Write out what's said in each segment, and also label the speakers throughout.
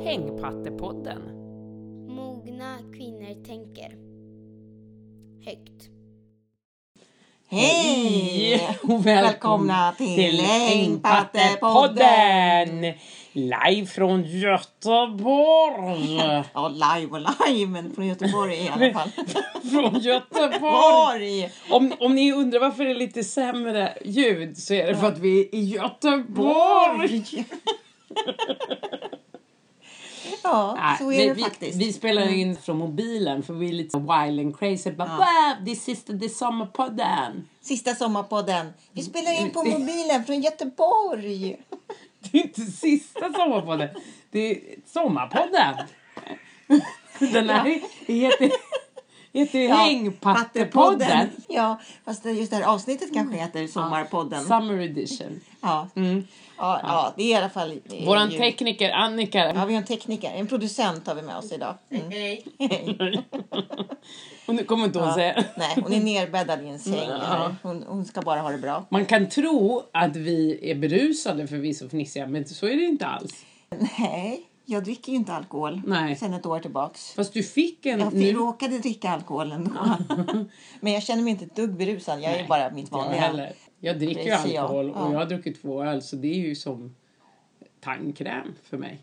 Speaker 1: Hängpattepodden.
Speaker 2: Mogna kvinnor tänker högt.
Speaker 3: Hej!
Speaker 1: och
Speaker 3: Välkomna till
Speaker 1: Hängpattepodden! Live från Göteborg!
Speaker 3: Ja, live och live, men från Göteborg i alla fall.
Speaker 1: från Göteborg!
Speaker 3: Borg!
Speaker 1: Om, om ni undrar varför det är lite sämre ljud så är det för att vi är i Göteborg!
Speaker 3: Ja,
Speaker 1: Nej,
Speaker 3: så
Speaker 1: vi,
Speaker 3: är det
Speaker 1: vi,
Speaker 3: faktiskt. Mm.
Speaker 1: Vi spelar in från mobilen för vi är lite wild and crazy. Bara,
Speaker 3: Ja.
Speaker 1: wow, det är sista det är sommarpodden!
Speaker 3: Sista sommarpodden. Vi spelar in
Speaker 1: Mm.
Speaker 3: på mobilen från Göteborg.
Speaker 1: Det är inte sista sommarpodden. Det är sommarpodden. Den här heter, heter ju
Speaker 3: Ja,
Speaker 1: Hängpattepodden.
Speaker 3: Ja, fast just det här avsnittet kanske heter Sommarpodden. Ja,
Speaker 1: Summer edition.
Speaker 3: ja,
Speaker 1: Mm.
Speaker 3: ja, det är i alla fall... det är
Speaker 1: Våran
Speaker 3: ju-
Speaker 1: tekniker Annika.
Speaker 3: Ja, vi har en tekniker. En producent har vi med oss idag. Mm.
Speaker 1: Och nu kommer inte hon säga.
Speaker 3: Nej, hon är nerbäddad i en säng.
Speaker 1: Mm, Ja.
Speaker 3: Hon, hon ska bara ha det bra.
Speaker 1: Man kan tro att vi är berusade för vi är så fnissiga men så är det inte alls.
Speaker 3: Nej, jag dricker ju inte alkohol
Speaker 1: Nej.
Speaker 3: sen ett år tillbaks.
Speaker 1: Fast du fick en
Speaker 3: Jag fick-
Speaker 1: nu.
Speaker 3: råkade dricka alkohol ändå. Men jag känner mig inte ett dugg berusad. Jag är bara mitt
Speaker 1: Jag,
Speaker 3: vanliga.
Speaker 1: heller. jag dricker ju
Speaker 3: Det ser jag.
Speaker 1: alkohol
Speaker 3: Ja.
Speaker 1: och jag har druckit två öl så det är ju som tandkräm för mig.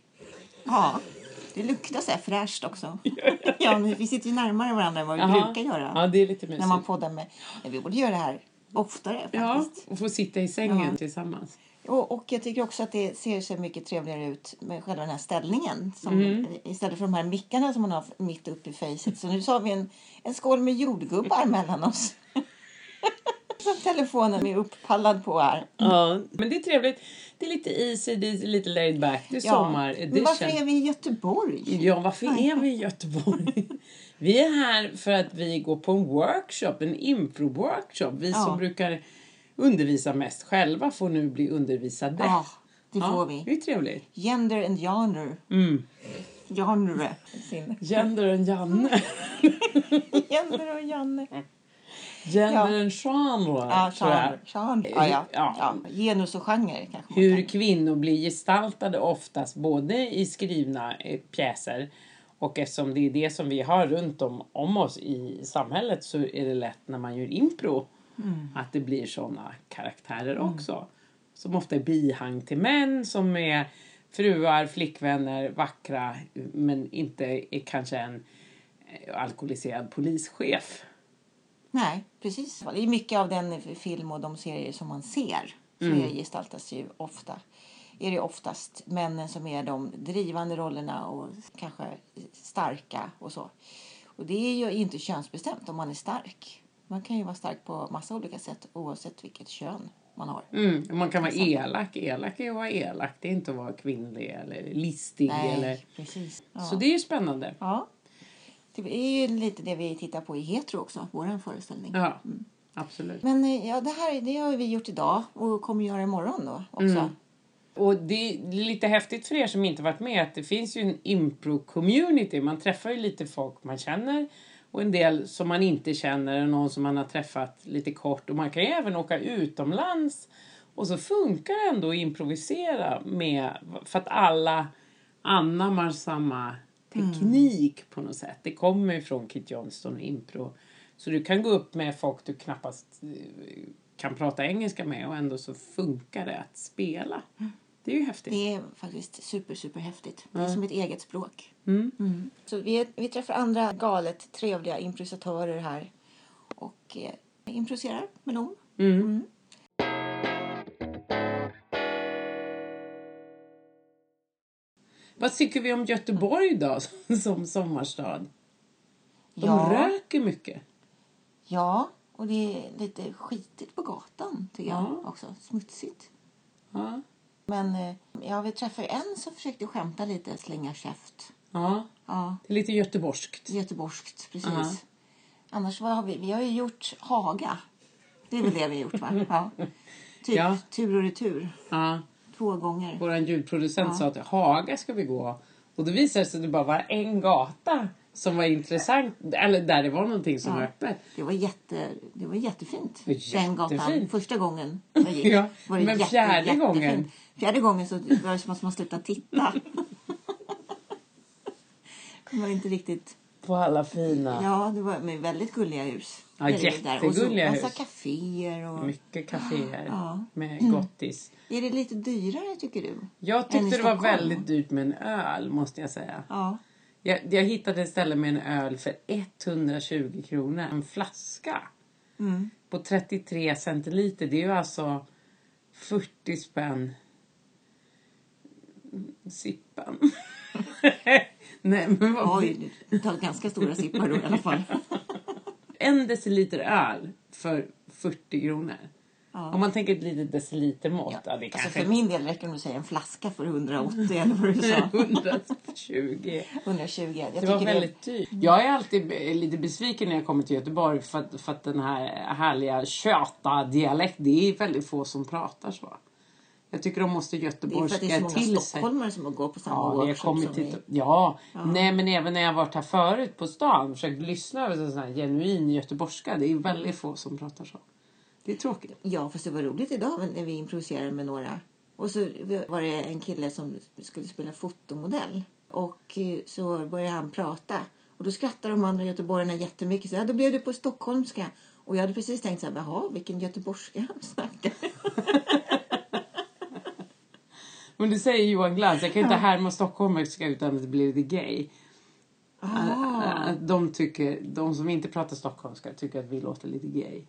Speaker 3: Ja. Det luktar så här fräscht också. ja, men vi sitter ju närmare varandra än vad vi
Speaker 1: Jaha.
Speaker 3: brukar göra.
Speaker 1: Ja, det är lite mysigt.
Speaker 3: när man poddar med. Men vi borde göra det här oftare
Speaker 1: Ja,
Speaker 3: faktiskt.
Speaker 1: och få sitta i sängen tillsammans.
Speaker 3: Och, och jag tycker också att det ser så mycket trevligare ut med själva den här ställningen. Som,
Speaker 1: Mm.
Speaker 3: Istället för de här mickarna som man har mitt uppe i facet. Så nu så har vi en, en skål med jordgubbar mellan oss. som telefonen är uppallad på här.
Speaker 1: Ja, men det är trevligt. Det är lite easy, det är lite laid back. Det är sommar
Speaker 3: Men varför är vi i Göteborg?
Speaker 1: Ja, varför är vi i Göteborg? vi är här för att vi går på en workshop, en improv-workshop. Vi
Speaker 3: Ja.
Speaker 1: som brukar undervisa mest själva får nu bli undervisade.
Speaker 3: Ja, det
Speaker 1: Ja,
Speaker 3: får
Speaker 1: Det
Speaker 3: vi.
Speaker 1: är trevligt.
Speaker 3: Gender and genre.
Speaker 1: Mm.
Speaker 3: Genre. Sin.
Speaker 1: Gender en Janne.
Speaker 3: Gender och Janne.
Speaker 1: Gender
Speaker 3: Ja.
Speaker 1: en genre,
Speaker 3: Ja,
Speaker 1: tror jag.
Speaker 3: genre. genre. Ja, ja.
Speaker 1: Ja.
Speaker 3: Ja. Genus och genre kanske. man
Speaker 1: hur
Speaker 3: kan-
Speaker 1: kvinnor blir gestaltade oftast både i skrivna eh, pjäser och eftersom det är det som vi har runt om, om oss i samhället så är det lätt när man gör impro att det blir sådana karaktärer också. Som ofta är bihang till män som är fruar, flickvänner, vackra men inte är kanske en eh, alkoholiserad polischef.
Speaker 3: Nej, precis. Det är mycket av den film och de serier som man ser. Så
Speaker 1: Mm.
Speaker 3: är- gestaltas ju ofta. Är det oftast männen som är de drivande rollerna och kanske starka och så. Och det är ju inte könsbestämt om man är stark. Man kan ju vara stark på massa olika sätt oavsett vilket kön man har.
Speaker 1: Mm, man kan vara elak. Elak är att vara elak. Det är inte att vara kvinnlig eller listig. Eller...
Speaker 3: Nej, precis. Ja.
Speaker 1: Så det är ju spännande.
Speaker 3: ja. Det är ju lite det vi tittar på i Hetero också, vår föreställning.
Speaker 1: Ja, absolut.
Speaker 3: Men eh, ja, det här det har vi gjort idag och kommer göra imorgon då också.
Speaker 1: Mm. Och det är lite häftigt för er som inte varit med att det finns ju en impro-community. Man träffar ju lite folk man känner och en del som man inte känner och någon som man har träffat lite kort. Och man kan ju även åka utomlands och så funkar det ändå att improvisera med för att alla anammar samma teknik på något sätt. Det kommer ju från Kit Johnston och impro. Så du kan gå upp med folk du knappast eh, kan prata engelska med och ändå så funkar det att spela. Det är ju häftigt.
Speaker 3: Det är faktiskt super, super häftigt. Det är som ett eget språk. Mm. Så vi, vi träffar andra galet trevliga improvisatörer här och eh, improviserar med dem.
Speaker 1: Mm. Vad tycker vi om Göteborg då som sommarstad? De
Speaker 3: Ja.
Speaker 1: röker mycket.
Speaker 3: Ja, och det är lite skitigt på gatan tycker jag
Speaker 1: Ja.
Speaker 3: också. Smutsigt.
Speaker 1: Ja.
Speaker 3: Men eh, ja, vi träffar en som försökte skämta lite, slänga käft.
Speaker 1: ja.
Speaker 3: Ja,
Speaker 1: Det är lite göteborgskt.
Speaker 3: göteborgskt precis.
Speaker 1: Ja.
Speaker 3: Annars vad har vi? Vi har ju gjort Haga. Det är väl det vi har gjort va? Ja. Typ
Speaker 1: Ja.
Speaker 3: tur och retur.
Speaker 1: Ja.
Speaker 3: Två gånger.
Speaker 1: Vår ljudproducent sa att Haga ska vi gå. Och då visade det sig att det bara var en gata som var intressant. Eller där det var någonting som var öppet.
Speaker 3: Det var, jätte, det var jättefint.
Speaker 1: var
Speaker 3: Den gatan.
Speaker 1: jättefint.
Speaker 3: Första gången jag gick.
Speaker 1: Ja,
Speaker 3: var det
Speaker 1: men fjärde gången?
Speaker 3: Fjärde gången så var det som att man slutade titta. Det var inte riktigt...
Speaker 1: På alla fina.
Speaker 3: Ja, det var men väldigt gulliga hus.
Speaker 1: Ja,
Speaker 3: Där det- där. Och så
Speaker 1: jättegulliga
Speaker 3: massa
Speaker 1: hus. Mm.
Speaker 3: kaféer och...
Speaker 1: Mycket kaféer
Speaker 3: Ja.
Speaker 1: med gottis.
Speaker 3: Är det lite dyrare tycker du?
Speaker 1: Jag
Speaker 3: Än i
Speaker 1: tyckte det var
Speaker 3: Stockholm.
Speaker 1: väldigt dyrt med en öl måste jag säga.
Speaker 3: Ja.
Speaker 1: Jag, jag hittade ett ställe med en öl för 120 kronor. En flaska
Speaker 3: Mm.
Speaker 1: på 33 centiliter. Det är ju alltså 40 spänn sippan. Nej, men vad
Speaker 3: Oj, du tar ganska stora sippar då i alla fall.
Speaker 1: en deciliter öl för 40 kronor.
Speaker 3: Ja.
Speaker 1: Om man tänker ett litet decilitermått. Ja. det
Speaker 3: Alltså
Speaker 1: kanske
Speaker 3: för min del räcker det om du säger en flaska för 180 eller vad du sa.
Speaker 1: är 120.
Speaker 3: 120. Jag
Speaker 1: Det var
Speaker 3: tycker
Speaker 1: väldigt dyrt. Jag är alltid be- lite besviken när jag kommer till Göteborg för att, för att den här härliga tjöta-dialekt, det är väldigt få som pratar så. Jag tycker de måste
Speaker 3: Det är för
Speaker 1: göteborgska
Speaker 3: att det är så
Speaker 1: till
Speaker 3: många
Speaker 1: sig.
Speaker 3: stockholmare som går på samma
Speaker 1: Ja, vi har
Speaker 3: workshop
Speaker 1: kommit
Speaker 3: som
Speaker 1: till,
Speaker 3: vi.
Speaker 1: ja. nej men även när jag varit här förut på stan försökt lyssna över sån här genuin göteborgska. Det är väldigt få som pratar så. Det är tråkigt.
Speaker 3: Ja, fast det var roligt idag men- när vi improviserade med några. Och så var det en kille som skulle spela fotomodell. Och eh, så började han prata. Och då skrattade de andra göteborgarna jättemycket. Så ja, då blev det på stockholmska. Och jag hade precis tänkt så här, jaha, vilken göteborgska han snackar.
Speaker 1: Men det säger Johan Glans, jag kan inte härma stockholmerska utan att det blir lite gay.
Speaker 3: Jaha.
Speaker 1: Att Eh, De, tycker, de som inte pratar stockholmska tycker att vi låter lite gay.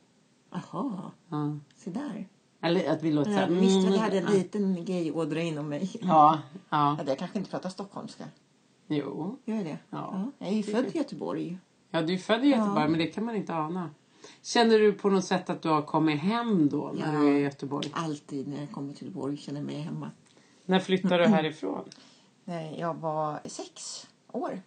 Speaker 3: Jaha,
Speaker 1: Ja.
Speaker 3: se där.
Speaker 1: Eller att vi låter
Speaker 3: Jag
Speaker 1: såhär...
Speaker 3: visste väl jag hade en liten gayådra inom mig.
Speaker 1: Ja, ja.
Speaker 3: Ja, Jag kanske inte pratar stockholmska.
Speaker 1: Jo.
Speaker 3: Gör jag det?
Speaker 1: Ja.
Speaker 3: Jag är ju född i Göteborg.
Speaker 1: Ja, du är född i Göteborg, men det kan man inte ana. Känner du på något sätt att du har kommit hem då, när
Speaker 3: Ja.
Speaker 1: du är i Göteborg?
Speaker 3: Alltid när jag kommer till Göteborg känner jag mig hemma.
Speaker 1: När flyttar du härifrån?
Speaker 3: När jag var sex år.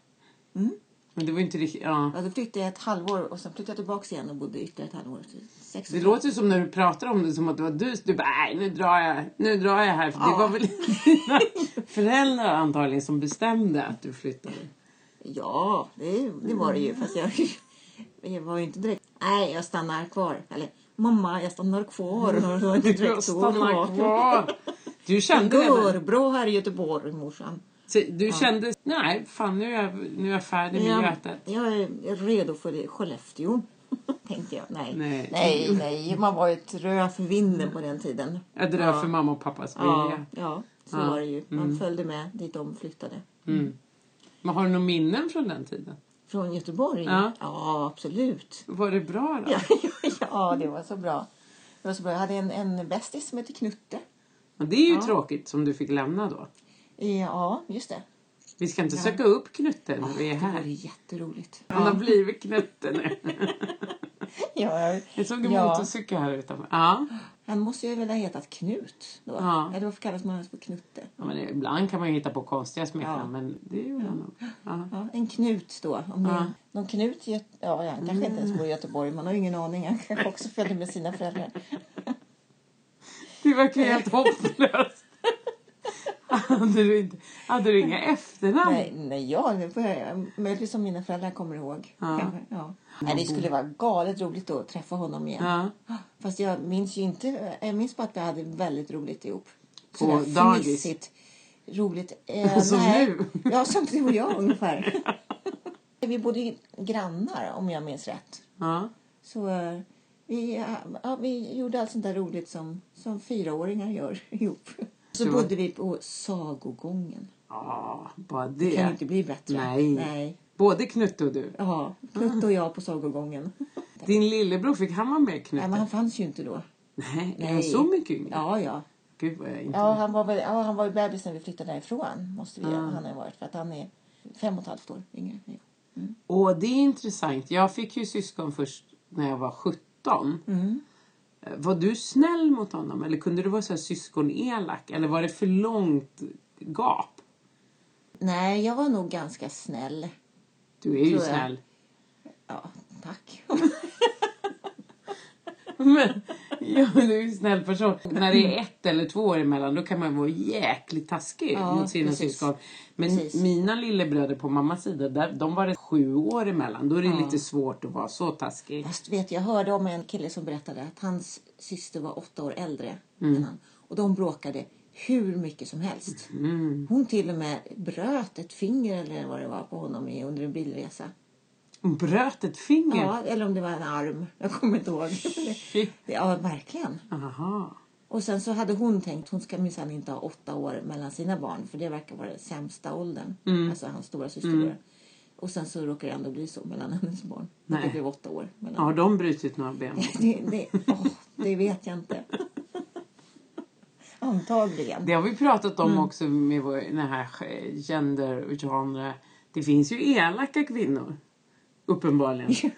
Speaker 1: Men det var ju inte riktigt... Ja.
Speaker 3: Ja, då flyttade jag ett halvår och sen flyttade jag tillbaka igen och bodde ytterligare ett halvår. Så Sex
Speaker 1: Det
Speaker 3: år.
Speaker 1: låter ju som när du pratar om det som att det var du. Du bara, nej nu drar jag, nu drar jag här. För det
Speaker 3: Ja.
Speaker 1: var väl dina föräldrar antagligen som bestämde att du flyttade.
Speaker 3: Ja, det, det var det ju. Fast jag, jag var ju inte direkt... Nej, jag stannar kvar. Eller mamma, jag stannar kvar. Det var inte
Speaker 1: Du
Speaker 3: direkt så det
Speaker 1: stannar
Speaker 3: var.
Speaker 1: kvar. Du kände det?
Speaker 3: Går
Speaker 1: men-
Speaker 3: bra här i Göteborg, morsan.
Speaker 1: Så Du kände, nej fan nu är jag, nu är jag färdig med
Speaker 3: Jag,
Speaker 1: Götet.
Speaker 3: jag är redo för Skellefteå, tänkte jag. Nej,
Speaker 1: Nej.
Speaker 3: nej, nej. man var ju ett rödvinne på den tiden.
Speaker 1: Jag drar för mamma och pappas
Speaker 3: Ja,
Speaker 1: vilja.
Speaker 3: ja så
Speaker 1: Ja. Mm.
Speaker 3: var det ju. Man följde med dit de flyttade.
Speaker 1: Men har du några minnen från den tiden?
Speaker 3: Från Göteborg?
Speaker 1: Ja.
Speaker 3: absolut.
Speaker 1: Var det bra då?
Speaker 3: Ja, ja, det var så bra. Det var så bra. Jag hade en, en bästis som hette Knutte.
Speaker 1: Men Det är ju tråkigt som du fick lämna då.
Speaker 3: Ja, just det.
Speaker 1: Vi ska inte söka upp Knutte när vi är
Speaker 3: Det vore
Speaker 1: här.
Speaker 3: jätteroligt.
Speaker 1: Han har blivit Knutte nu.
Speaker 3: Ja, jag-
Speaker 1: Jag såg en
Speaker 3: Ja.
Speaker 1: motorcykel här utanför. Ja.
Speaker 3: Han måste ju väl ha hetat Knut då.
Speaker 1: Ja.
Speaker 3: Eller varför kallas man för Knutte?
Speaker 1: Ja, men ibland kan man ju hitta på konstiga smeknamn,
Speaker 3: Ja.
Speaker 1: men det gjorde han nog. Ja.
Speaker 3: Ja, en Knut då. Om det är någon Knut i Göte- ja, ja, han kanske inte
Speaker 1: Mm.
Speaker 3: ens bor i Göteborg. Man har ju ingen aning. Han kanske också följde med sina föräldrar.
Speaker 1: Det verkar helt hopplöst. hade, du inte, hade du inga efternamn?
Speaker 3: Nej, nej ja, nu börjar jag. Möjligtvis som mina föräldrar kommer ihåg.
Speaker 1: Ja.
Speaker 3: Kanske, ja. Nej, det skulle vara galet roligt då att träffa honom igen.
Speaker 1: Ja.
Speaker 3: Fast jag minns ju inte. Jag minns bara att vi hade väldigt roligt ihop.
Speaker 1: På
Speaker 3: Sådär
Speaker 1: dagis?
Speaker 3: fnissigt, Roligt. Eh,
Speaker 1: Som
Speaker 3: nej.
Speaker 1: nu?
Speaker 3: Ja, som du och jag ungefär. vi bodde ju grannar om jag minns rätt.
Speaker 1: Ja.
Speaker 3: Så eh, vi, eh, ja, vi gjorde allt sånt där roligt som, som fyraåringar gör ihop. Så
Speaker 1: Det var-
Speaker 3: bodde vi på Sagogången.
Speaker 1: ja, bara
Speaker 3: Det kan ju
Speaker 1: det.
Speaker 3: inte bli bättre.
Speaker 1: Nej.
Speaker 3: Nej.
Speaker 1: Både Knutte och du.
Speaker 3: Ja, Knutte och jag på Sagogången.
Speaker 1: Din lillebror, fick han vara med
Speaker 3: Nej,
Speaker 1: Knutte?
Speaker 3: men han fanns ju inte då.
Speaker 1: Nej, är
Speaker 3: Nej.
Speaker 1: han så mycket yngre?
Speaker 3: Ja, ja.
Speaker 1: Gud vad jag inte...
Speaker 3: Ja, han var, väl, ja, han var ju bebis när vi flyttade därifrån. Måste
Speaker 1: Ah.
Speaker 3: vi, han har varit, för att han är fem och ett halvt år yngre. än jag.
Speaker 1: Och det är intressant. Jag fick ju syskon först när jag var 17.
Speaker 3: Mm.
Speaker 1: Eh, Var du snäll mot honom eller kunde du vara så här syskonelak? Eller var det för långt gap?
Speaker 3: Nej, jag var nog ganska snäll.
Speaker 1: Du är ju
Speaker 3: Tror jag.
Speaker 1: snäll.
Speaker 3: Ja, tack.
Speaker 1: Men, ja, men du är ju en snäll person. När det är ett eller två år emellan då kan man vara jäkligt taskig
Speaker 3: Ja,
Speaker 1: mot sina
Speaker 3: precis.
Speaker 1: syskon. Men
Speaker 3: Precis.
Speaker 1: mina lillebröder på mammas sida, där, de var det sju år emellan. Då är det lite svårt att vara så taskig.
Speaker 3: Fast vet jag hörde om en kille som berättade att hans syster var åtta år äldre än han. Och de bråkade hur mycket som helst.
Speaker 1: Mm.
Speaker 3: Hon till och med bröt ett finger eller vad det var på honom i- under en bilresa.
Speaker 1: Hon bröt ett finger.
Speaker 3: Ja, eller om det var en arm. Jag kommer inte ihåg.
Speaker 1: Shit.
Speaker 3: Ja, verkligen.
Speaker 1: Aha.
Speaker 3: Och sen så hade hon tänkt hon ska minsann inte ha åtta år mellan sina barn för det verkar vara den sämsta åldern.
Speaker 1: Mm.
Speaker 3: Alltså hans stora syster. Och sen så råkar det ändå bli så mellan hennes barn.
Speaker 1: Nej.
Speaker 3: Det blev åtta år. Mellan.
Speaker 1: Har de brutit några ben?
Speaker 3: Det, det, åh, det vet jag inte. Antagligen.
Speaker 1: Det har vi pratat om
Speaker 3: Mm.
Speaker 1: också med vår, den här eh, gender och genre. Det finns ju elaka kvinnor. Uppenbarligen.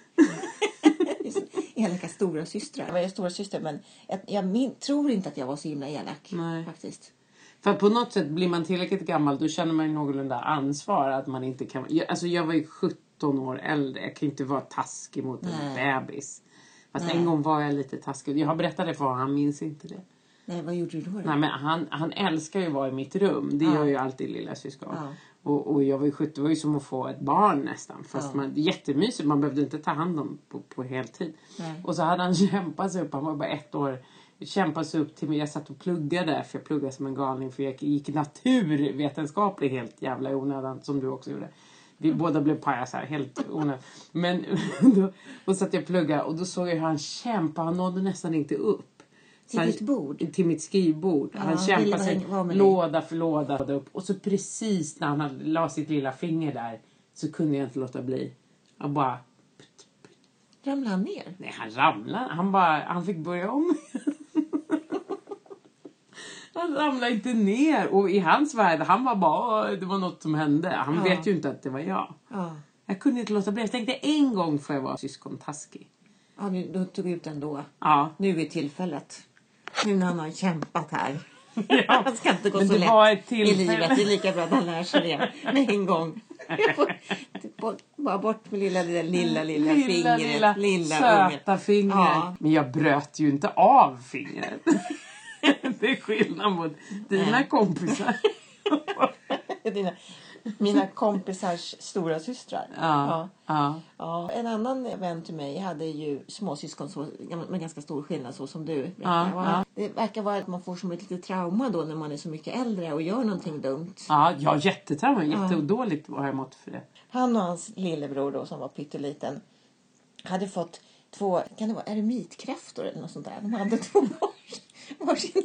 Speaker 3: Elaka stora systrar. Jag var ju stora syster men jag, jag min, tror inte att jag var så himla elak.
Speaker 1: Nej.
Speaker 3: Faktiskt.
Speaker 1: För på något sätt blir man tillräckligt gammal då känner man ju någorlunda ansvar att man inte kan... Jag, alltså jag var ju 17 år äldre. Jag kan ju inte vara taskig mot en
Speaker 3: Nej.
Speaker 1: bebis. Fast
Speaker 3: Nej.
Speaker 1: en gång var jag lite taskig. Jag har berättat det för honom, han minns inte det.
Speaker 3: Nej, vad gjorde du då? då?
Speaker 1: Nej, men han, han älskar ju att vara i mitt rum. Det
Speaker 3: Ja.
Speaker 1: gör ju alltid lilla syskon.
Speaker 3: Ja.
Speaker 1: Och, och jag var ju 70, det var ju som att få ett barn nästan. Fast
Speaker 3: Ja.
Speaker 1: man, jättemysigt, man behövde inte ta hand om på, på heltid.
Speaker 3: Nej.
Speaker 1: Och så hade han kämpat sig upp, han var bara ett år. Kämpat sig upp till mig, jag satt och pluggade där för jag pluggade som en galning för jag gick naturvetenskaplig helt jävla i onödan som du också gjorde. Vi
Speaker 3: Mm.
Speaker 1: båda blev pajasar helt onödigt. Men då, och satt jag och pluggade och då såg jag hur han kämpade, han nådde nästan inte upp.
Speaker 3: Till
Speaker 1: Han-
Speaker 3: ditt bord?
Speaker 1: Till mitt skrivbord. han
Speaker 3: han ville
Speaker 1: kämpade
Speaker 3: bara
Speaker 1: sig
Speaker 3: hänga- vara med dig.
Speaker 1: låda för låda upp. Och så precis när han hade- la sitt lilla finger där så kunde jag inte låta bli. Jag bara...
Speaker 3: Ramlade han ner?
Speaker 1: Nej, han ramlade. Han, bara, han fick börja om. han ramlade inte ner. Och i hans värld, han var bara... "Åh, Det var något som hände. Han
Speaker 3: Ja.
Speaker 1: vet ju inte att det var jag.
Speaker 3: Ja.
Speaker 1: Jag kunde inte låta bli. Jag tänkte en gång får jag vara syskontaskig.
Speaker 3: Ja, du, du tog ut den då.
Speaker 1: Ja.
Speaker 3: Nu är tillfället. Nu när han har kämpat här.
Speaker 1: Ja,
Speaker 3: Han ska inte gå
Speaker 1: men
Speaker 3: så
Speaker 1: det
Speaker 3: lätt
Speaker 1: var ett
Speaker 3: i
Speaker 1: tillfälle.
Speaker 3: livet. Det är lika bra att han lär sig det med en gång. Jag får- bort- Bara bort med lilla, lilla, lilla, lilla fingret.
Speaker 1: lilla,
Speaker 3: Lilla, lilla
Speaker 1: söta
Speaker 3: ungen.
Speaker 1: fingret.
Speaker 3: Ja.
Speaker 1: Men jag bröt ju inte av fingret. det är skillnad mot dina kompisar.
Speaker 3: Dina, mina kompisars stora systrar.
Speaker 1: ja, ja.
Speaker 3: Ja, en annan vän till mig hade ju småsyskon så, med ganska stor skillnad så som du. berättade.
Speaker 1: Ja, ja.
Speaker 3: Det verkar vara att man får som ett litet trauma då när man är så mycket äldre och gör någonting dumt.
Speaker 1: ja jag har jättetrauma. Jättedåligt har jag mått för det.
Speaker 3: Han och hans lillebror då som var pytteliten hade fått två, kan det vara eremitkräftor eller något sånt där? De hade två vars- varsin.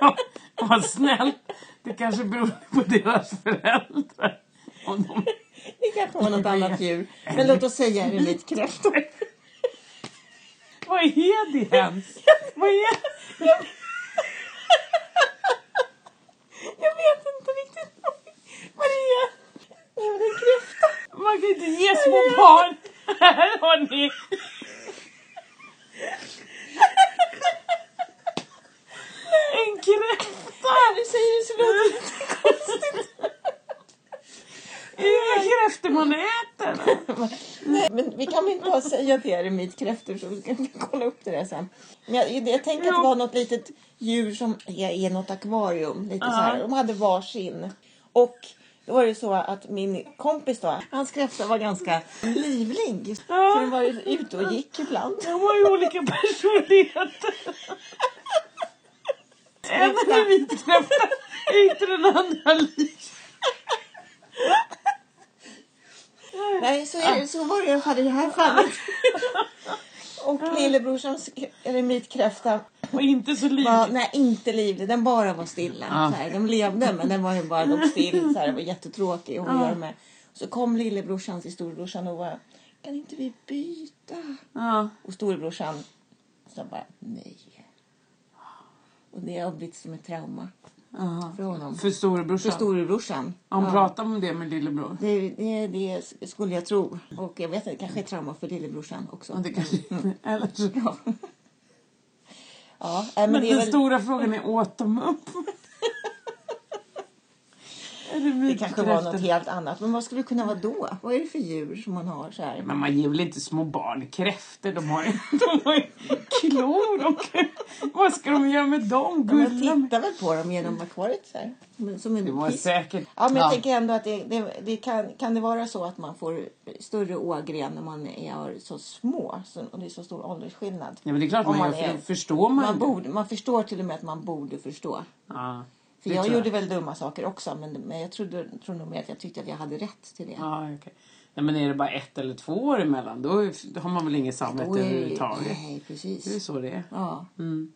Speaker 1: Vad snällt. Det kanske beror på deras föräldrar. Om de...
Speaker 3: Det kanske var något annat djur. Men låt oss säga eremitkräftor.
Speaker 1: Vad är det ens? Vad är...
Speaker 3: Jag vet inte riktigt vad det är. Nej men det är en kräfta.
Speaker 1: Man kan inte ge små barn. Här har ni. En kräfta.
Speaker 3: Du säger det så låter det lite konstigt.
Speaker 1: Är det kräftor man äter?
Speaker 3: Nej, men vi kan väl inte bara säga att det är eremitkräftor så vi kan kolla upp det där sen. Men jag, jag tänker att det var något litet djur som är i något akvarium. Lite så här. De hade varsin. Och då var det så att min kompis då, hans kräfta var ganska livlig. Så den var ju ute och gick ibland.
Speaker 1: De har ju olika personligheter. En är vitkräfta, är inte den andra lik.
Speaker 3: Nej, så, är, det- så var det i alla fall i det här fallet. Och lillebrorsans eremitkräfta
Speaker 1: Och inte så lik.
Speaker 3: var, nej inte livlig, den bara var stilla.
Speaker 1: Ja.
Speaker 3: Så här, den levde men den var ju bara låg still. Så här, den var jättetråkig. Och
Speaker 1: Ah.
Speaker 3: ja. med. Så kom lillebrorsan till storebrorsan och var kan inte vi byta?
Speaker 1: Ja.
Speaker 3: Och storebrorsan sa bara nej. Och det har blivit som ett trauma för honom.
Speaker 1: För
Speaker 3: För
Speaker 1: storebrorsan.
Speaker 3: storebrorsan.
Speaker 1: Han
Speaker 3: Ja.
Speaker 1: pratar om det med lillebror.
Speaker 3: Det, det, det skulle jag tro. Och jag vet inte, kanske ett trauma för lillebrorsan också.
Speaker 1: Ja, Det kanske... Eller så.
Speaker 3: Ja. Ja, äh, men,
Speaker 1: Men
Speaker 3: det är
Speaker 1: den
Speaker 3: väl...
Speaker 1: stora frågan är åt de upp?
Speaker 3: Det kanske var något helt annat. Men vad skulle det kunna vara då? Vad är det för djur som man har så här?
Speaker 1: Men man ger väl inte små barn kräftor? De har ju, de har ju klor. Och, vad ska de göra med dem?
Speaker 3: Man
Speaker 1: Gulla med.
Speaker 3: tittar väl på dem genom akvariet så här. Men Som en
Speaker 1: Det var
Speaker 3: fisk.
Speaker 1: säkert...
Speaker 3: Ja, men jag tänker ändå att det, det, det kan, kan det vara så att man får större ågren när man är så små så, och det är så stor åldersskillnad.
Speaker 1: Ja, men det är klart
Speaker 3: Om
Speaker 1: man,
Speaker 3: man
Speaker 1: gör, för
Speaker 3: är-
Speaker 1: då förstår man,
Speaker 3: Man,
Speaker 1: ju.
Speaker 3: borde, man förstår till och med att man borde förstå.
Speaker 1: Ja,
Speaker 3: För
Speaker 1: det
Speaker 3: jag
Speaker 1: tror
Speaker 3: gjorde väl dumma saker också men, men jag trodde, tror nog mer att jag tyckte att jag hade rätt till det.
Speaker 1: Ja, okej. Nej, men är det bara ett eller två år emellan då är- har man väl inget samvete
Speaker 3: Oj,
Speaker 1: överhuvudtaget.
Speaker 3: Nej,
Speaker 1: Det är
Speaker 3: precis.
Speaker 1: så det är.
Speaker 3: Ja.
Speaker 1: Mm.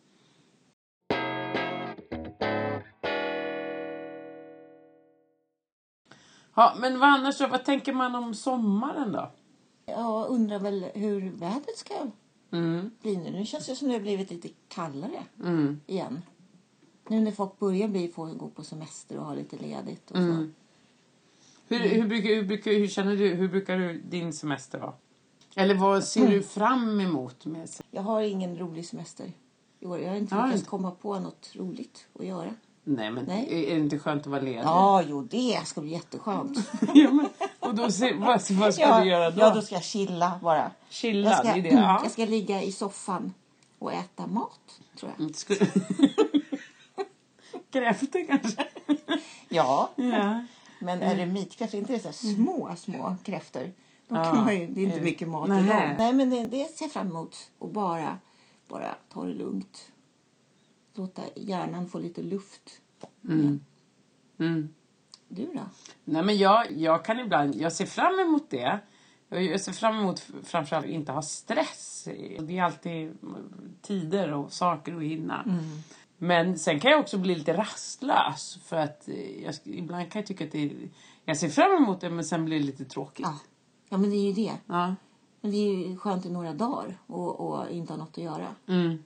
Speaker 1: Ja, men vad annars då? Vad tänker man om sommaren då?
Speaker 3: Jag undrar väl hur vädret ska
Speaker 1: Mm,
Speaker 3: bli nu. Nu känns det som det har blivit lite kallare
Speaker 1: mm,
Speaker 3: igen. Nu när folk börjar bli, få gå på semester och ha lite ledigt och så.
Speaker 1: mm. Hur,
Speaker 3: Mm.
Speaker 1: hur, brukar, hur, brukar, hur känner du? Hur brukar du din semester vara? Eller vad
Speaker 3: Mm.
Speaker 1: ser du fram emot? Med se-
Speaker 3: Jag har ingen rolig semester i år. Jag har inte
Speaker 1: Har du
Speaker 3: lyckats
Speaker 1: inte?
Speaker 3: komma på något roligt att göra.
Speaker 1: Nej, men
Speaker 3: Nej.
Speaker 1: är- är det inte skönt att vara ledig?
Speaker 3: Ja, jo, det ska bli jätteskönt.
Speaker 1: Ja, men, och då ser, vad, vad ska
Speaker 3: ja,
Speaker 1: du göra då?
Speaker 3: Ja, då ska jag chilla bara.
Speaker 1: Chilla,
Speaker 3: Jag ska, Mm,
Speaker 1: det är det. Ja.
Speaker 3: jag ska ligga i soffan och äta mat, tror jag.
Speaker 1: Inte skulle... Mm, Kräftor kanske?
Speaker 3: Ja,
Speaker 1: Ja.
Speaker 3: men
Speaker 1: Mm.
Speaker 3: eremitkräftor, inte det så här små, små kräftor? De kan man ju, det är inte
Speaker 1: eh,
Speaker 3: mycket mat i
Speaker 1: nej.
Speaker 3: dem. Nej, men det, det ser jag fram emot. Och bara, bara ta det lugnt. Låta hjärnan få lite luft.
Speaker 1: Mm. Mm.
Speaker 3: Du då?
Speaker 1: Nej, men jag, jag kan ibland... Jag ser fram emot det. Jag- Jag ser fram emot f- framförallt att inte ha stress. Det är alltid tider och saker att hinna.
Speaker 3: Mm.
Speaker 1: Men sen kan jag också bli lite rastlös. För att eh, jag, ibland kan jag tycka att det är, Jag ser fram emot det men sen blir det lite tråkigt.
Speaker 3: Ja. ja, men det är ju det.
Speaker 1: Ja.
Speaker 3: Men det är ju skönt i några dagar och, och inte ha något att göra.
Speaker 1: Mm.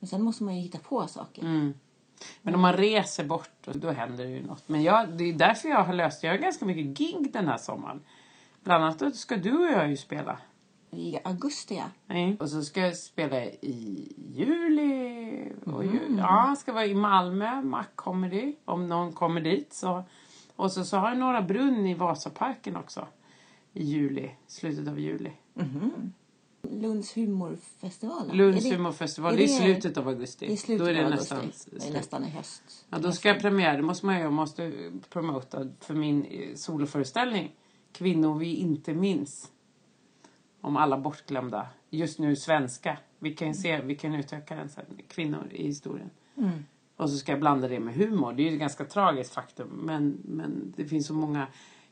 Speaker 3: Men sen måste man ju hitta på saker.
Speaker 1: Mm. Men om man reser bort då- då händer det ju något. Men jag, det är därför jag har löst, jag har ganska mycket gig den här sommaren. Bland annat då ska du och jag ju spela.
Speaker 3: I augusti, ja.
Speaker 1: Nej. Och så ska jag spela i juli. Och ju,
Speaker 3: Mm.
Speaker 1: ja, ska vara i Malmö, Mac Comedy, om någon kommer dit. Så. Och så, så har jag Norra Brunn i Vasaparken också. I juli, slutet av juli.
Speaker 3: Lunds humorfestival.
Speaker 1: Lunds
Speaker 3: Är det-
Speaker 1: humorfestival,
Speaker 3: är
Speaker 1: det är i
Speaker 3: det-
Speaker 1: slutet av augusti.
Speaker 3: Det är slutet
Speaker 1: då är det
Speaker 3: av augusti.
Speaker 1: nästan
Speaker 3: det är
Speaker 1: slut.
Speaker 3: nästan i höst.
Speaker 1: Ja, då ska jag premiär. Det måste man göra. Jag måste promota för min eh, soloföreställning. Kvinnor vi inte minns. Om alla bortglömda. Just nu svenska. Vi kan ju se, vi kan utöka den sen. Kvinnor i historien. Och så ska jag blanda det med humor. Det är ju ett ganska tragiskt faktum. Men, men det finns så många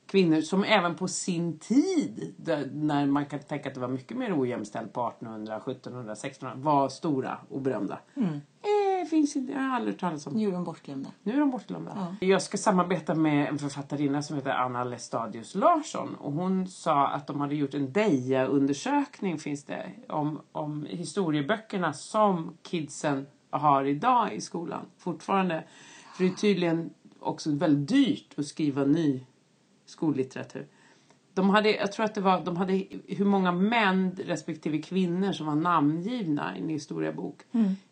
Speaker 1: kvinnor som även på sin tid, där, när man kan tänka att det var mycket mer ojämställt på 1800, 1700, 1600, var stora och berömda. Eh, finns inte, jag har aldrig hört talas om.
Speaker 3: Nu är de bortglömda.
Speaker 1: Nu är de bortglömda. Jag ska samarbeta med en författarinna som heter Anna Lestadius Larsson. Och hon sa att de hade gjort en Deja-undersökning finns det om, om historieböckerna som kidsen har idag i skolan fortfarande. För det är tydligen också väldigt dyrt att skriva ny skollitteratur. De hade, jag tror att det var, de hade hur många män respektive kvinnor som var namngivna i en historiebok.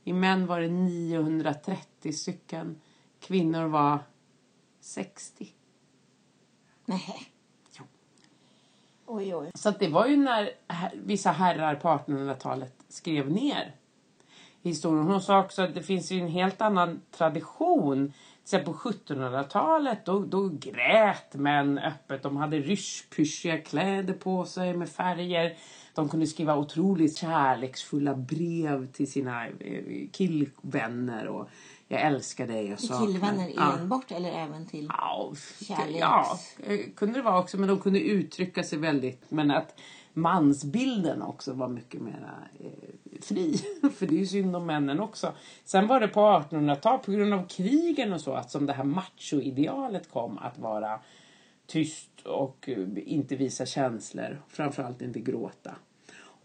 Speaker 1: I män var det 930 stycken. Kvinnor var 60.
Speaker 3: Nej.
Speaker 1: Jo.
Speaker 3: Oj, oj.
Speaker 1: Så att det var ju när her- vissa herrar på 1800-talet skrev ner historien. Hon sa också att det finns ju en helt annan tradition. Sen på 1700-talet då, då grät män öppet. De hade ryschpyschiga kläder på sig med färger. De kunde skriva otroligt kärleksfulla brev till sina eh, killvänner. Och jag älskar dig, jag
Speaker 3: Till
Speaker 1: saknar
Speaker 3: killvänner
Speaker 1: Ja.
Speaker 3: enbart eller även till...
Speaker 1: Ja, f-
Speaker 3: Kärleks-
Speaker 1: ja, eh, kunde det vara också. Men de kunde uttrycka sig väldigt. Men att mansbilden också var mycket mer eh, fri. För det är ju synd om männen också. Sen var det på 1800-talet på grund av krigen och så att som det här machoidealet kom att vara tyst och eh, inte visa känslor. Framförallt inte gråta.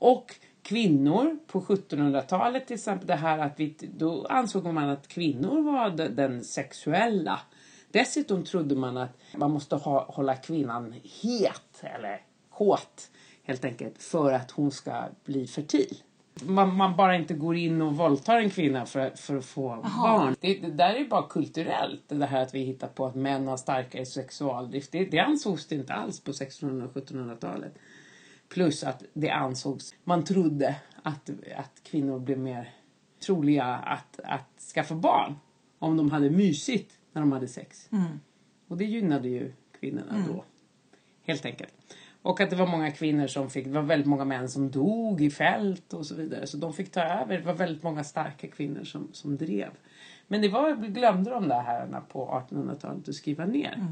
Speaker 1: Och kvinnor på 1700-talet till exempel, det här att vi, då ansåg man att kvinnor var de- den sexuella. Dessutom trodde man att man måste ha, hålla kvinnan het eller kåt helt enkelt för att hon ska bli fertil. man, man bara inte går in och våldtar en kvinna för, för att få barn. Det, det där är ju bara kulturellt, det här att vi hittar på att män har starkare sexualdrift. Det, det ansågs det inte alls på 1600 och 1700-talet. Plus att det ansågs, man trodde att, att kvinnor blev mer troliga att, att skaffa barn om de hade mysigt när de hade sex. Och det gynnade ju kvinnorna då. Helt enkelt. Och att det var många kvinnor som fick, det var väldigt många män som dog i fält och så vidare. Så de fick ta över. Det var väldigt många starka kvinnor som, som drev. Men det var, vi glömde de där herrarna på 1800-talet att skriva ner.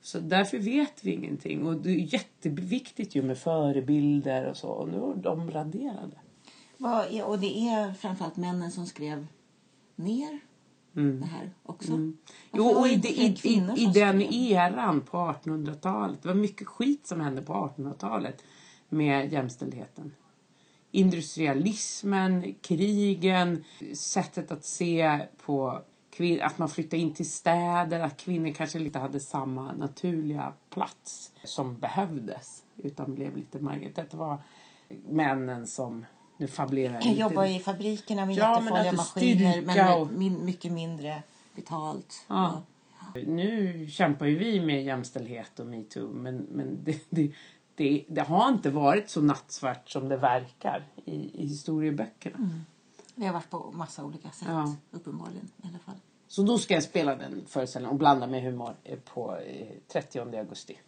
Speaker 1: Så därför vet vi ingenting. Och det är jätteviktigt ju med förebilder och så. Och nu är de raderade.
Speaker 3: Vad är, och det är framförallt männen som skrev ner det här också.
Speaker 1: Mm. Jo,
Speaker 3: Varför var
Speaker 1: och i,
Speaker 3: inte
Speaker 1: de,
Speaker 3: fler
Speaker 1: i, i,
Speaker 3: kvinnor
Speaker 1: i
Speaker 3: som
Speaker 1: den
Speaker 3: skrev?
Speaker 1: eran på 1800-talet. Det var mycket skit som hände på 1800-talet med jämställdheten. Industrialismen, krigen, sättet att se på kvin- att man flyttade in till städer, att kvinnor kanske inte hade samma naturliga plats som behövdes utan blev lite marginellt. Det var männen som, nu fabulerar jag
Speaker 3: Jag
Speaker 1: lite.
Speaker 3: jobbar i fabrikerna med
Speaker 1: Ja, men
Speaker 3: jättefarliga
Speaker 1: att det
Speaker 3: maskiner
Speaker 1: styrka
Speaker 3: men
Speaker 1: och-
Speaker 3: med min, mycket mindre betalt.
Speaker 1: Ja. Nu kämpar ju vi med jämställdhet och metoo men, men det, det, det, det har inte varit så nattsvart som det verkar i, i historieböckerna.
Speaker 3: Vi har varit på massa olika sätt,
Speaker 1: Ja.
Speaker 3: uppenbarligen i alla fall.
Speaker 1: Så då ska jag spela den föreställningen och blanda med humor eh, på eh, 30 augusti.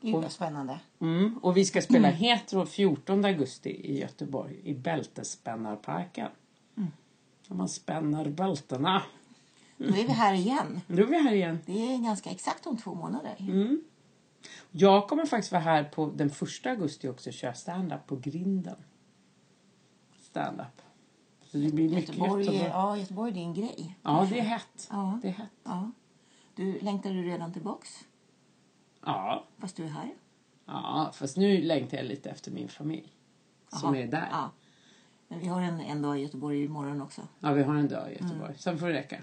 Speaker 3: Gud vad spännande.
Speaker 1: Mm. Och vi ska spela hetero 14 augusti i Göteborg i Bältesspännarparken. När man spänner bältena.
Speaker 3: Nu är vi här igen.
Speaker 1: Nu är vi här igen.
Speaker 3: Det är ganska exakt om två månader.
Speaker 1: Mm, Jag kommer faktiskt vara här på den första augusti också och köra stand-up på grinden. Stand-up. Så det blir mycket
Speaker 3: Göteborg, är,
Speaker 1: Göteborg.
Speaker 3: ja, Göteborg är din grej.
Speaker 1: Ja, det är hett.
Speaker 3: Ja.
Speaker 1: Det är hett.
Speaker 3: Ja. Du, längtar du redan tillbaks?
Speaker 1: Ja.
Speaker 3: Fast du är här?
Speaker 1: ja, fast nu längtar jag lite efter min familj som
Speaker 3: Jaha.
Speaker 1: är där. Ja.
Speaker 3: Ja. Men vi har en, en dag i Göteborg imorgon också.
Speaker 1: vi har en dag i Göteborg.
Speaker 3: Mm.
Speaker 1: Sen får det räcka.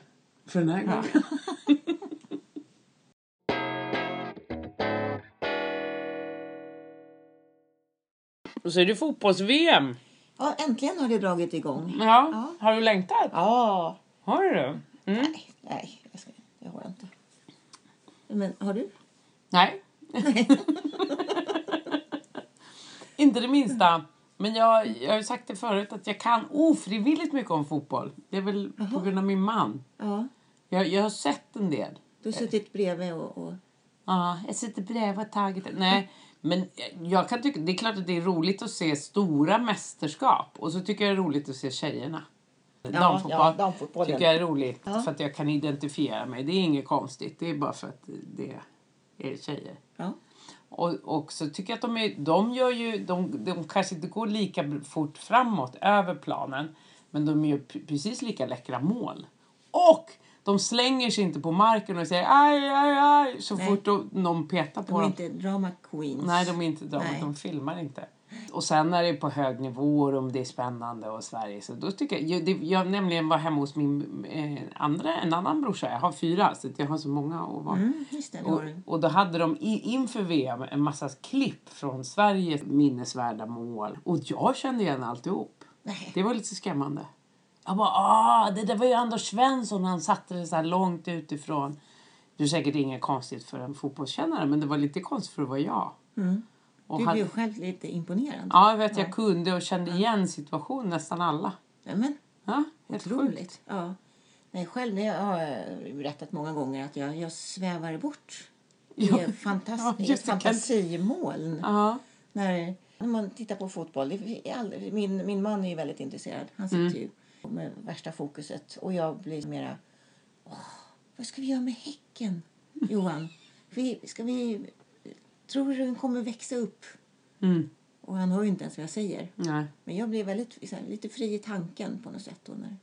Speaker 1: För den här gången. Och så är det fotbolls-VM.
Speaker 3: Ja, äntligen har det dragit igång.
Speaker 1: Ja.
Speaker 3: Ja.
Speaker 1: Har du längtat?
Speaker 3: Ja.
Speaker 1: Har du det? Mm.
Speaker 3: Nej, nej jag, ska, jag har inte. Men har du?
Speaker 1: Nej. inte det minsta. Men jag, jag har ju sagt det förut att jag kan ofrivilligt mycket om fotboll. Det är väl på grund av min man.
Speaker 3: Ja.
Speaker 1: Jag, jag har sett en del.
Speaker 3: Du har suttit bredvid och... och...
Speaker 1: Ja, jag sitter bredvid och tagit det. Nej, men jag kan tycka, det är klart att det är roligt att se stora mästerskap. Och så tycker jag det är roligt att se tjejerna.
Speaker 3: ja, damfotbollen.
Speaker 1: tycker jag är roligt
Speaker 3: Ja.
Speaker 1: för att jag kan identifiera mig. Det är inget konstigt. Det är bara för att det är tjejer.
Speaker 3: Ja.
Speaker 1: Och, och så tycker jag att de, är, de gör ju, de, de kanske inte går lika fort framåt över planen, men de gör p- precis lika läckra mål. Och de slänger sig inte på marken och säger aj, aj, aj så
Speaker 3: Nej.
Speaker 1: fort de, någon petar på
Speaker 3: De är
Speaker 1: dem.
Speaker 3: inte drama queens.
Speaker 1: Nej, de är inte de,
Speaker 3: Nej.
Speaker 1: de filmar inte. Och sen när det är på hög nivå och om det är spännande och Sverige så då tycker jag, jag, det, jag nämligen var hemma hos min eh, andra, en annan brorsa, jag har fyra så att jag har så många att vara
Speaker 3: Mm, just det, det
Speaker 1: och,
Speaker 3: har du.
Speaker 1: och då hade de i, inför VM en massa klipp från Sveriges minnesvärda mål. Och jag kände igen alltihop.
Speaker 3: Nej.
Speaker 1: Det var lite skrämmande. Jag bara, ah, det där var ju Anders Svensson. Han satte det så här långt utifrån. Det är säkert inget konstigt för en fotbollskännare, men det var lite konstigt för att vara jag. Och
Speaker 3: Mm. Du
Speaker 1: han-
Speaker 3: blev själv lite imponerad.
Speaker 1: Ja, jag vet, jag kunde och kände igen situationen, nästan alla.
Speaker 3: Ja, men
Speaker 1: Ja, helt sjukt.
Speaker 3: otroligt. Ja. Nej, själv det har jag berättat många gånger att jag, jag svävar bort i
Speaker 1: Ja. Ja,
Speaker 3: fantas- i
Speaker 1: just det, kan-
Speaker 3: fantasimoln.
Speaker 1: Ja,
Speaker 3: När, när man tittar på fotboll. Det är all, min, min man är ju väldigt intresserad. Han sitter
Speaker 1: Mm.
Speaker 3: ju med värsta fokuset. Och jag blir mera... "Åh, vad ska vi göra med häcken,
Speaker 1: Mm.
Speaker 3: Johan? Vi, ska vi... Tror du den kommer växa upp?
Speaker 1: mm,
Speaker 3: Och han hör ju inte ens vad jag säger.
Speaker 1: nej.
Speaker 3: Men jag blir väldigt, så här, lite fri i tanken på något sätt. Då, när,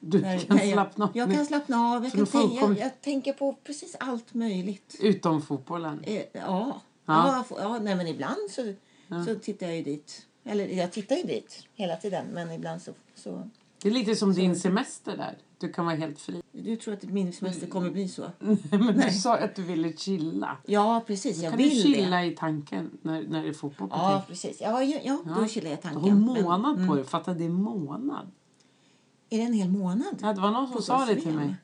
Speaker 1: Du
Speaker 3: när,
Speaker 1: kan
Speaker 3: när jag,
Speaker 1: slappna av
Speaker 3: Jag
Speaker 1: nu.
Speaker 3: kan slappna av. Jag,
Speaker 1: Som en
Speaker 3: kan tänka,
Speaker 1: fullkomlig-
Speaker 3: jag tänker på precis allt möjligt.
Speaker 1: Utom fotbollen.
Speaker 3: Eh, ja.
Speaker 1: Ja.
Speaker 3: Ja. jag får- ja, nej men ibland så, så tittar jag ju dit. Eller jag tittar ju dit hela tiden men ibland så... så
Speaker 1: Det är lite som din semester där. Du kan vara helt fri.
Speaker 3: Du tror att min semester
Speaker 1: Mm.
Speaker 3: kommer bli så?
Speaker 1: Men du sa att du ville chilla.
Speaker 3: Ja, precis. Jag
Speaker 1: kan
Speaker 3: vill
Speaker 1: du
Speaker 3: det.
Speaker 1: chilla i tanken när, när det är fotboll på
Speaker 3: Ja,
Speaker 1: tänk.
Speaker 3: precis. Ja, ja, ja, då chillar jag tanken.
Speaker 1: Du har
Speaker 3: Men mm.
Speaker 1: månad på dig. Fatta, det är månad.
Speaker 3: är det en hel månad?
Speaker 1: Ja, det var någon som sa det till mig.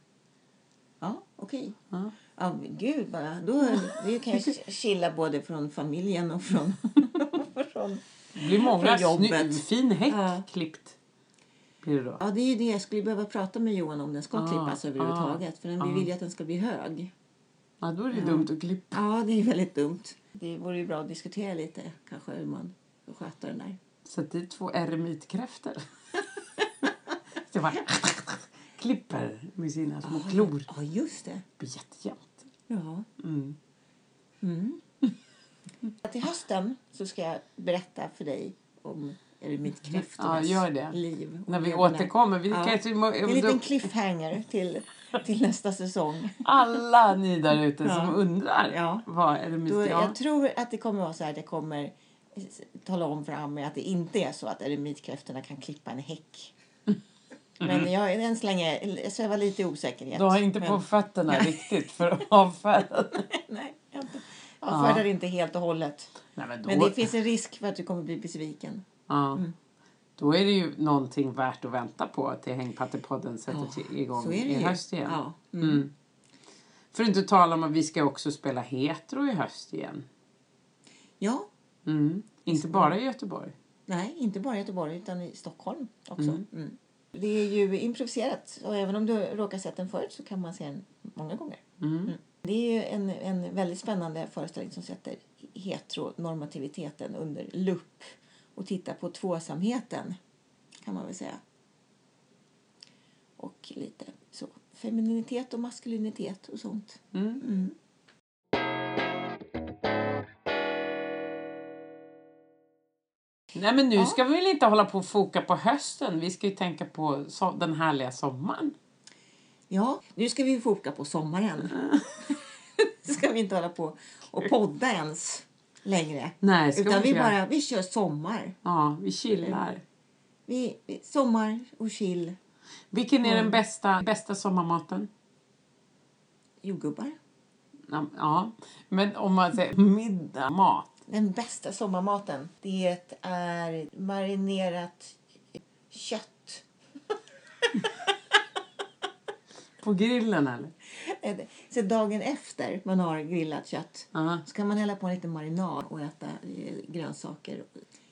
Speaker 3: Ja, okej.
Speaker 1: Ja.
Speaker 3: Ja, men gud bara. Då, då kan jag chilla både från familjen och från... från
Speaker 1: Det blir många.
Speaker 3: Från jobbet.
Speaker 1: Sny- fin häck
Speaker 3: Ja.
Speaker 1: klippt. Blir det då.
Speaker 3: ja, det är ju det. Jag skulle behöva prata med Johan om den ska
Speaker 1: Ah,
Speaker 3: klippas överhuvudtaget. För den vi vill ju att den ska bli hög.
Speaker 1: Ja, då är det dumt att klippa.
Speaker 3: Ja, det är väldigt dumt. Det vore ju bra att diskutera lite kanske hur man ska sköta den där.
Speaker 1: Sätt dit två eremitkräftor. Så bara klipper med sina små klor.
Speaker 3: Ja, just det.
Speaker 1: Det blir jättejämnt.
Speaker 3: Ja.
Speaker 1: Mm.
Speaker 3: Mm. Till hösten så ska jag berätta för dig om
Speaker 1: Ja,
Speaker 3: eremitkräftornas
Speaker 1: gör det.
Speaker 3: liv. och
Speaker 1: När vi
Speaker 3: leverne.
Speaker 1: återkommer. Vi
Speaker 3: Ja.
Speaker 1: kanske må-
Speaker 3: En liten cliffhanger till, till nästa säsong.
Speaker 1: Alla ni där ute
Speaker 3: Ja.
Speaker 1: som undrar
Speaker 3: Ja.
Speaker 1: vad eremit
Speaker 3: Då,
Speaker 1: är.
Speaker 3: jag tror att det kommer vara så här att jag kommer s- tala om för Amir att det inte är så att eremitkräftorna kan klippa en häck.
Speaker 1: Mm.
Speaker 3: Men jag är än så länge, jag svävar lite i osäkerhet.
Speaker 1: Du har inte på
Speaker 3: men,
Speaker 1: fötterna riktigt för att avfärda det.
Speaker 3: Nej, jag har inte- jag avfärdar inte helt och hållet.
Speaker 1: Nej, men då,
Speaker 3: Men det finns Mm. en risk för att du kommer bli besviken.
Speaker 1: ja. då är det ju någonting värt att vänta på till Hängpattepodden sätter till igång
Speaker 3: så är det
Speaker 1: i
Speaker 3: ju.
Speaker 1: höst igen.
Speaker 3: Ja.
Speaker 1: Mm. För att inte tala om att vi ska också spela hetero i höst igen.
Speaker 3: Ja,
Speaker 1: Mm. Inte bara i Göteborg.
Speaker 3: nej, inte bara i Göteborg utan i Stockholm också. Mm. Det är ju improviserat och även om du råkar sett den förut så kan man se den många gånger.
Speaker 1: Mm.
Speaker 3: Det är ju en, en väldigt spännande föreställning som sätter heteronormativiteten under lupp och tittar på tvåsamheten, kan man väl säga. Och lite så. Femininitet och maskulinitet och sånt.
Speaker 1: Mm. Nej men nu ska vi väl inte hålla på och foka på hösten. Vi ska ju tänka på so- den härliga sommaren.
Speaker 3: Ja, nu ska vi ju foka på sommaren. Nu ska vi inte hålla på och podda ens längre.
Speaker 1: Nej, ska
Speaker 3: Utan
Speaker 1: vi
Speaker 3: vi
Speaker 1: inte göra.
Speaker 3: bara, vi kör sommar.
Speaker 1: Ja, vi chillar.
Speaker 3: Vi, vi- sommar och chill.
Speaker 1: Vilken är den bästa, bästa sommarmaten?
Speaker 3: Jordgubbar.
Speaker 1: Ja, men om man säger middagsmat.
Speaker 3: Den bästa sommarmaten, det är marinerat kött.
Speaker 1: På grillen eller?
Speaker 3: Så dagen efter man har grillat kött
Speaker 1: Ja.
Speaker 3: så kan man hälla på en liten marinad och äta eh, grönsaker.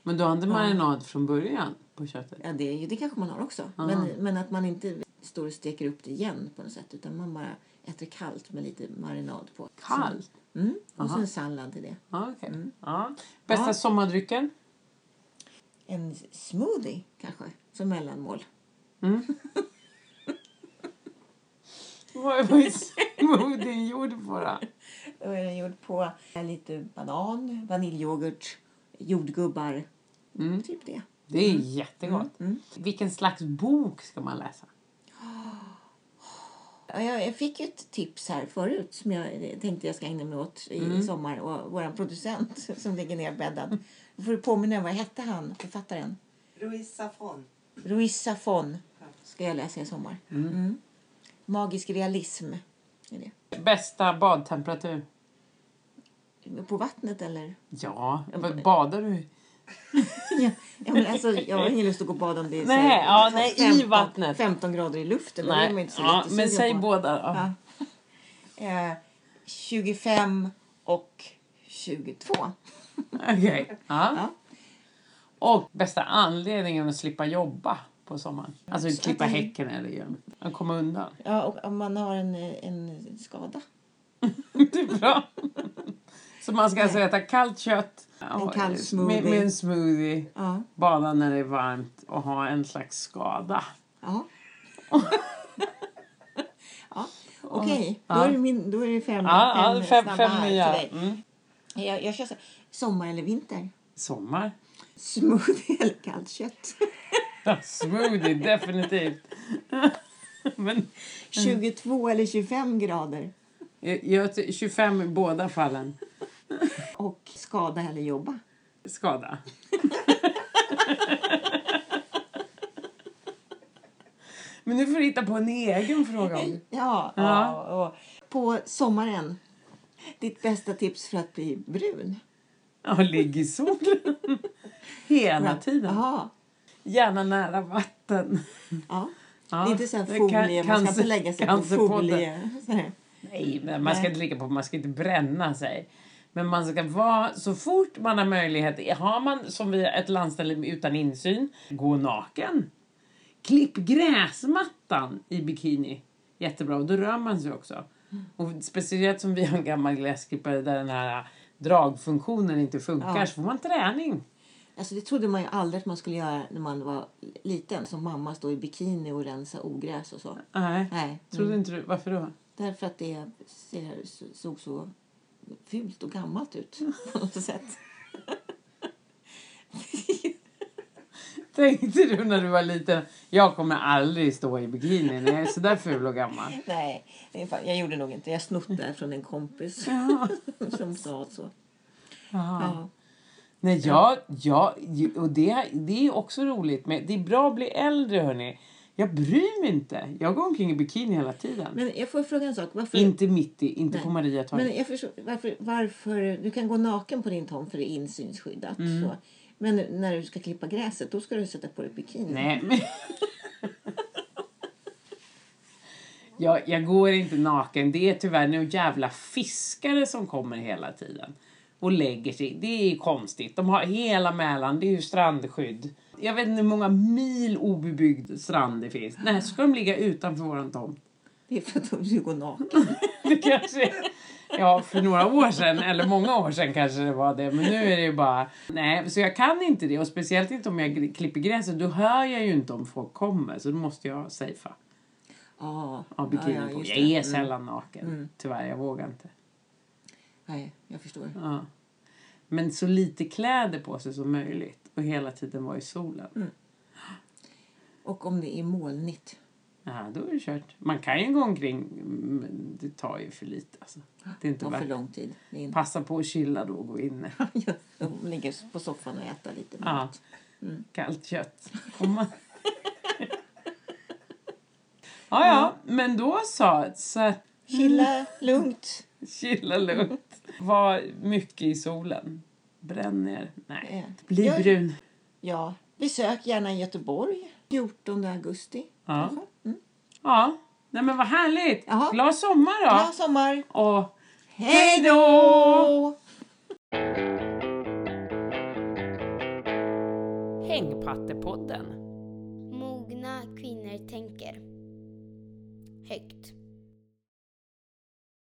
Speaker 1: Men du hade marinad från början på köttet?
Speaker 3: Ja, det, är ju- det kanske man har också. Men, men att man inte står och steker upp det igen på något sätt utan man bara äter kallt med lite marinad på.
Speaker 1: Kallt?
Speaker 3: Mm. Och så en sallad till det.
Speaker 1: Ja, okej. Mm. Ja. Bästa
Speaker 3: Ja.
Speaker 1: sommardrycken?
Speaker 3: En smoothie kanske som mellanmål.
Speaker 1: Vad vad är smoothien gjord på då?
Speaker 3: Då är den gjord på eh, lite banan, vaniljyoghurt, jordgubbar. Typ det.
Speaker 1: Det är jättegott. Vilken slags bok ska man läsa?
Speaker 3: Ja, Jag jag fick ju ett tips här förut som jag eh, tänkte jag ska ägna mig åt i sommar. Och vår producent som ligger nerbäddad. Då får du påminna om vad hette han, författaren?
Speaker 4: Louise Safron.
Speaker 3: Ruiz Zafón ska jag läsa i sommar. Mm. Magisk realism. Är
Speaker 1: Bästa badtemperatur?
Speaker 3: det. På vattnet eller?
Speaker 1: Ja, vad badar du?
Speaker 3: ja, ja, men alltså, jag har ingen lust att gå och bada om det är
Speaker 1: Nej,
Speaker 3: så-
Speaker 1: ja,
Speaker 3: så
Speaker 1: nej, i
Speaker 3: 15
Speaker 1: vattnet.
Speaker 3: 15 grader i luften. Då är man inte så
Speaker 1: ja,
Speaker 3: jättesugen
Speaker 1: men säg
Speaker 3: på.
Speaker 1: båda då.
Speaker 3: Ja. Eh, 25 och 22.
Speaker 1: Okej. Ja.
Speaker 3: Ja.
Speaker 1: Och bästa anledningen att slippa jobba på sommaren. Alltså klippa häcken eller göra- att komma undan.
Speaker 3: Ja, och om man har en, eh, en skada.
Speaker 1: Det är bra. Så man ska alltså äta kallt kött
Speaker 3: En kall
Speaker 1: med,
Speaker 3: smoothie.
Speaker 1: med en smoothie,
Speaker 3: Ja.
Speaker 1: bada när det är varmt och ha en slags skada.
Speaker 3: Ja. ja. Okej, då, är det min- då är det fem,
Speaker 1: Ja,
Speaker 3: fem,
Speaker 1: ja, fem,
Speaker 3: snabba
Speaker 1: fem
Speaker 3: här
Speaker 1: nya.
Speaker 3: till dig.
Speaker 1: Mm.
Speaker 3: Jag, jag kör så här. Sommar eller vinter?
Speaker 1: Sommar.
Speaker 3: Smoothie eller kallt kött?
Speaker 1: Mm. Ja, smoothie, definitivt. Men
Speaker 3: 22 eller 25 grader?
Speaker 1: eh, jag, jag ty- 25 i båda fallen.
Speaker 3: Och skada eller jobba?
Speaker 1: Skada. Men nu får du hitta på en egen fråga. Om.
Speaker 3: Ja, ja. Och på sommaren, ditt bästa tips för att bli brun?
Speaker 1: Ja, ligg i solen. Hela tiden.
Speaker 3: Jaha,
Speaker 1: Gärna nära vatten.
Speaker 3: ja.
Speaker 1: Ja,
Speaker 3: Det är inte så här
Speaker 1: det kan-
Speaker 3: folie, man ska
Speaker 1: cancer-
Speaker 3: inte lägga sig på
Speaker 1: cancerpodden.
Speaker 3: folie. Så här.
Speaker 1: Nej, men man ska inte ligga på, man ska inte bränna sig. Men man ska vara, så fort man har möjlighet, har man som vi ett landställe utan insyn, gå naken. Klipp gräsmattan i bikini. Jättebra, och då rör man sig också. Och speciellt som vi har en gammal gräsklippare där den här dragfunktionen inte funkar
Speaker 3: Ja.
Speaker 1: så får man träning.
Speaker 3: Alltså det trodde man ju aldrig att man skulle göra när man var liten. Som mamma stod i bikini och rensa ogräs och så.
Speaker 1: Nej, Mm.
Speaker 3: Nej,
Speaker 1: trodde inte du, varför då?
Speaker 3: därför att det ser, såg så fult och gammalt ut på något sätt.
Speaker 1: Tänkte du när du var liten, jag kommer aldrig stå i bikini när jag är sådär ful och gammal.
Speaker 3: Nej, det är fan- jag gjorde nog inte. Jag snott det här från en kompis
Speaker 1: Ja.
Speaker 3: som sa så.
Speaker 1: Ja.
Speaker 3: Ja.
Speaker 1: Nej, jag, jag, och det, det är också roligt. Men det är bra att bli äldre, hörni. Jag bryr mig inte. Jag går omkring i bikini hela tiden.
Speaker 3: Men jag får fråga en sak. Varför,
Speaker 1: inte mitt i, inte
Speaker 3: Nej.
Speaker 1: på Maria
Speaker 3: men
Speaker 1: torg.
Speaker 3: jag förstår, varför, varför, du kan gå naken på din tom för det är insynsskyddat. Så. Men när du ska klippa gräset då ska du sätta på dig bikini.
Speaker 1: Nej, men... jag, jag går inte naken. Det är tyvärr nu jävla fiskare som kommer hela tiden och lägger sig. Det är konstigt. De har hela Mälaren, det är ju strandskydd. Jag vet inte hur många mil obebyggd strand det finns. Nej, så ska de ligga utanför våran tomt.
Speaker 3: Det är för att du går naken.
Speaker 1: Det kanske... Ja, för några år sedan, eller många år sedan kanske det var det, men nu är det ju bara... Nej, så jag kan inte det. Och speciellt inte om jag gr- klipper gräset. Då hör jag ju inte om folk kommer, så då måste jag safea.
Speaker 3: Ja,
Speaker 1: Ja, bikini
Speaker 3: ja,
Speaker 1: på.
Speaker 3: just
Speaker 1: Jag
Speaker 3: det. Mm.
Speaker 1: är sällan naken. Tyvärr, jag vågar inte.
Speaker 3: Nej, jag förstår.
Speaker 1: Ja. Men så lite kläder på sig som möjligt och hela tiden vara i solen.
Speaker 3: Mm. Och om det är molnigt.
Speaker 1: Ja, då är det kört. Man kan ju gå omkring, men det tar ju för lite. Alltså. Det är inte
Speaker 3: Det var för
Speaker 1: värt
Speaker 3: lång tid. Det är inte-
Speaker 1: Passa på att chilla då och gå inne.
Speaker 3: De ligger på soffan och äter lite
Speaker 1: Ja.
Speaker 3: mat. Mm.
Speaker 1: Kallt kött. Om man... ja, ja,
Speaker 3: Mm.
Speaker 1: men då så. så att
Speaker 3: Chilla lugnt.
Speaker 1: chilla lugnt. Var mycket i solen. Bränn er.
Speaker 3: Ja.
Speaker 1: Nej. Bli
Speaker 3: Jag-
Speaker 1: brun.
Speaker 3: Ja, besök gärna Göteborg 14 augusti.
Speaker 1: Ja.
Speaker 3: kanske. Mm.
Speaker 1: Ja. Nej, men vad härligt.
Speaker 3: Jaha.
Speaker 1: Glad sommar då.
Speaker 3: Glad sommar!
Speaker 1: Och hej då! Hängpattepodden.
Speaker 2: Mogna kvinnor tänker. Högt.